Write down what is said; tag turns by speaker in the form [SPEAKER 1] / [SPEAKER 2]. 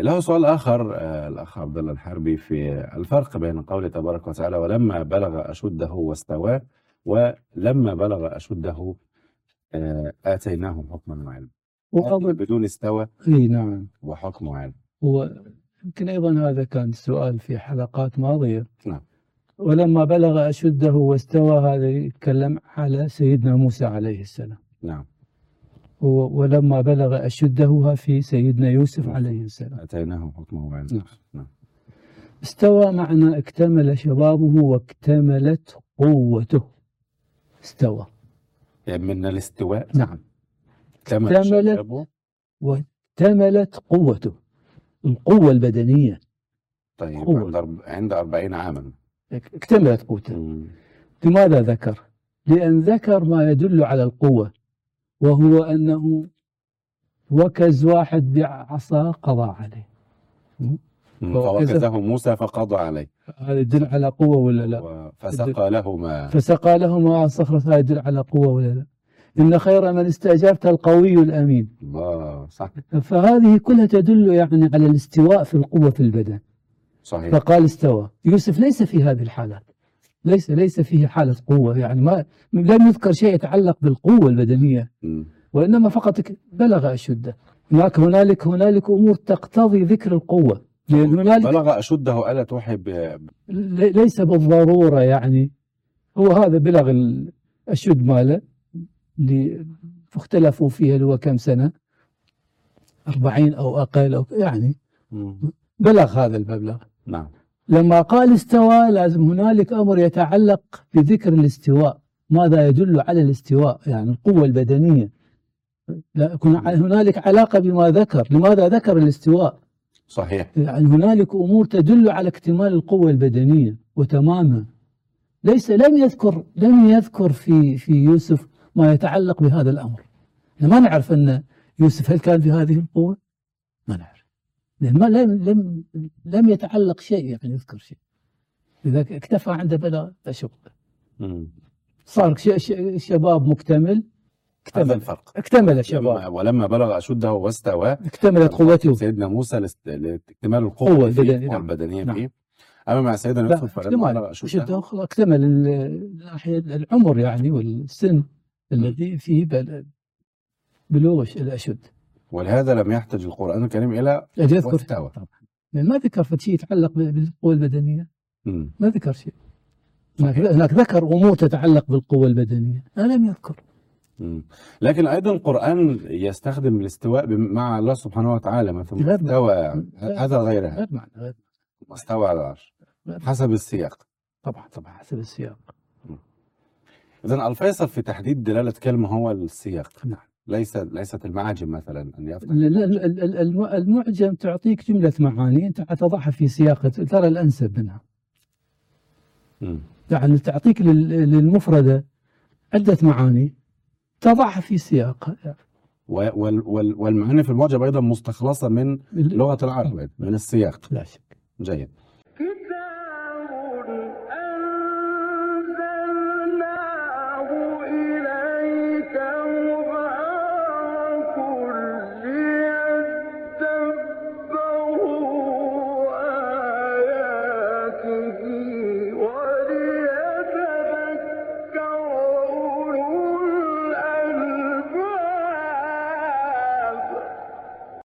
[SPEAKER 1] له سؤال آخر آه، الأخ عبد الله الحربي في الفرق بين قوله تبارك وتعالى ولما بلغ أشده واستوى ولما بلغ أشده آه، آتيناه حكما وعلما هل
[SPEAKER 2] وأظن
[SPEAKER 1] بدون استوى
[SPEAKER 2] اي نعم
[SPEAKER 1] وحكم وعلم
[SPEAKER 2] هو يمكن أيضا هذا كان سؤال في حلقات ماضية
[SPEAKER 1] نعم
[SPEAKER 2] ولما بلغ أشده واستوى هذا يتكلم على سيدنا موسى عليه السلام
[SPEAKER 1] نعم
[SPEAKER 2] و- ولما بلغ أشده ها في سيدنا يوسف
[SPEAKER 1] نعم.
[SPEAKER 2] عليه السلام
[SPEAKER 1] آتيناه حكما وعلما
[SPEAKER 2] نعم.
[SPEAKER 1] نعم
[SPEAKER 2] استوى معنى اكتمل شبابه واكتملت قوته استوى
[SPEAKER 1] يعني من الاستواء
[SPEAKER 2] نعم
[SPEAKER 1] اكتمل
[SPEAKER 2] اكتملت
[SPEAKER 1] شبابه
[SPEAKER 2] واكتملت قوته القوة البدنية
[SPEAKER 1] طيب
[SPEAKER 2] قوة.
[SPEAKER 1] عند أرب- عند 40 عاما
[SPEAKER 2] اكتملت قوته
[SPEAKER 1] مم.
[SPEAKER 2] لماذا ذكر؟ لأن ذكر ما يدل على القوة وهو أنه وكز واحد بعصا قضى عليه
[SPEAKER 1] مم.
[SPEAKER 2] فهو كذا-
[SPEAKER 1] فوكزه موسى فقضى عليه
[SPEAKER 2] هذا يدل على قوة ولا لا؟
[SPEAKER 1] فسقى لهما
[SPEAKER 2] فسقى لهما عن صخرة هذا يدل على قوة ولا لا؟ إن خير من استأجرت القوي الأمين
[SPEAKER 1] الله صح
[SPEAKER 2] فهذه كلها تدل يعني على الاستواء في القوة في البدن
[SPEAKER 1] صحيح
[SPEAKER 2] فقال استوى يوسف ليس في هذه الحالة ليس ليس فيه حالة قوة يعني ما لم يذكر شيء يتعلق بالقوة البدنية
[SPEAKER 1] مم.
[SPEAKER 2] وانما فقط بلغ اشده هناك هنالك هنالك امور تقتضي ذكر القوه لان هنالك
[SPEAKER 1] بلغ أشده ألا توحي ب-
[SPEAKER 2] لي- ليس بالضروره يعني هو هذا بلغ ال- الشد ماله اللي اختلفوا فيها اللي هو كم سنه 40 او اقل او يعني
[SPEAKER 1] مم.
[SPEAKER 2] بلغ هذا المبلغ
[SPEAKER 1] نعم
[SPEAKER 2] لما قال استوى لازم هنالك امر يتعلق بذكر الاستواء ماذا يدل على الاستواء يعني القوه البدنيه لا يكون ع- هنالك علاقه بما ذكر لماذا ذكر الاستواء
[SPEAKER 1] صحيح
[SPEAKER 2] يعني هنالك امور تدل على اكتمال القوه البدنيه وتمامها ليس لم يذكر لم يذكر في في يوسف ما يتعلق بهذا الامر احنا ما نعرف ان يوسف هل كان في هذه القوه؟ ما نعرف لان ما لم لم لم يتعلق شيء يعني يذكر شيء لذلك اكتفى عند بلا اشق
[SPEAKER 1] مم.
[SPEAKER 2] صار ش- ش- شباب مكتمل
[SPEAKER 1] هذا
[SPEAKER 2] اكتمل
[SPEAKER 1] الفرق
[SPEAKER 2] اكتمل الشباب
[SPEAKER 1] لما- ولما بلغ أشده واستوى
[SPEAKER 2] اكتملت قوته
[SPEAKER 1] سيدنا موسى لاست- لاكتمال القوة
[SPEAKER 2] قوة
[SPEAKER 1] فيه،
[SPEAKER 2] البدنية،
[SPEAKER 1] القوة
[SPEAKER 2] نعم.
[SPEAKER 1] البدنية
[SPEAKER 2] نعم.
[SPEAKER 1] فيه أما مع سيدنا
[SPEAKER 2] لا
[SPEAKER 1] يوسف فلما
[SPEAKER 2] اكتمل
[SPEAKER 1] بلغ
[SPEAKER 2] أشد
[SPEAKER 1] أشده
[SPEAKER 2] أخرى اكتمل ال- الناحية العمر يعني والسن الذي فيه بل- بلوغ الش- الأشد
[SPEAKER 1] ولهذا لم يحتج القرآن الكريم إلى
[SPEAKER 2] الذي يذكر
[SPEAKER 1] واستوى
[SPEAKER 2] طبعا يعني ما ذكر في شيء يتعلق بال- بالقوة البدنية
[SPEAKER 1] مم.
[SPEAKER 2] ما ذكر شيء هناك هناك ذكر أمور تتعلق بالقوة البدنية أنا لم يذكر
[SPEAKER 1] مم. لكن أيضا القرآن يستخدم الاستواء بم- مع الله سبحانه وتعالى مثلا
[SPEAKER 2] غير-
[SPEAKER 1] استوى هذا غير هذا
[SPEAKER 2] غير معنى غير
[SPEAKER 1] استوى على العرش
[SPEAKER 2] غير-
[SPEAKER 1] حسب السياق
[SPEAKER 2] طبعا طبعا حسب السياق
[SPEAKER 1] إذا الفيصل في تحديد دلالة كلمة هو السياق
[SPEAKER 2] نعم
[SPEAKER 1] ليس ليست المعاجم مثلا أن يفتح
[SPEAKER 2] ال- ال- ال- ال- الم- المعجم تعطيك جملة معاني أنت تضعها في سياقها ترى الأنسب منها
[SPEAKER 1] مم.
[SPEAKER 2] يعني تعطيك لل- للمفردة عدة معاني تضعها في سياقها
[SPEAKER 1] و- وال- وال- والمعاني في المعجم أيضا مستخلصة من لغة العرب من السياق
[SPEAKER 2] لا شك
[SPEAKER 1] جيد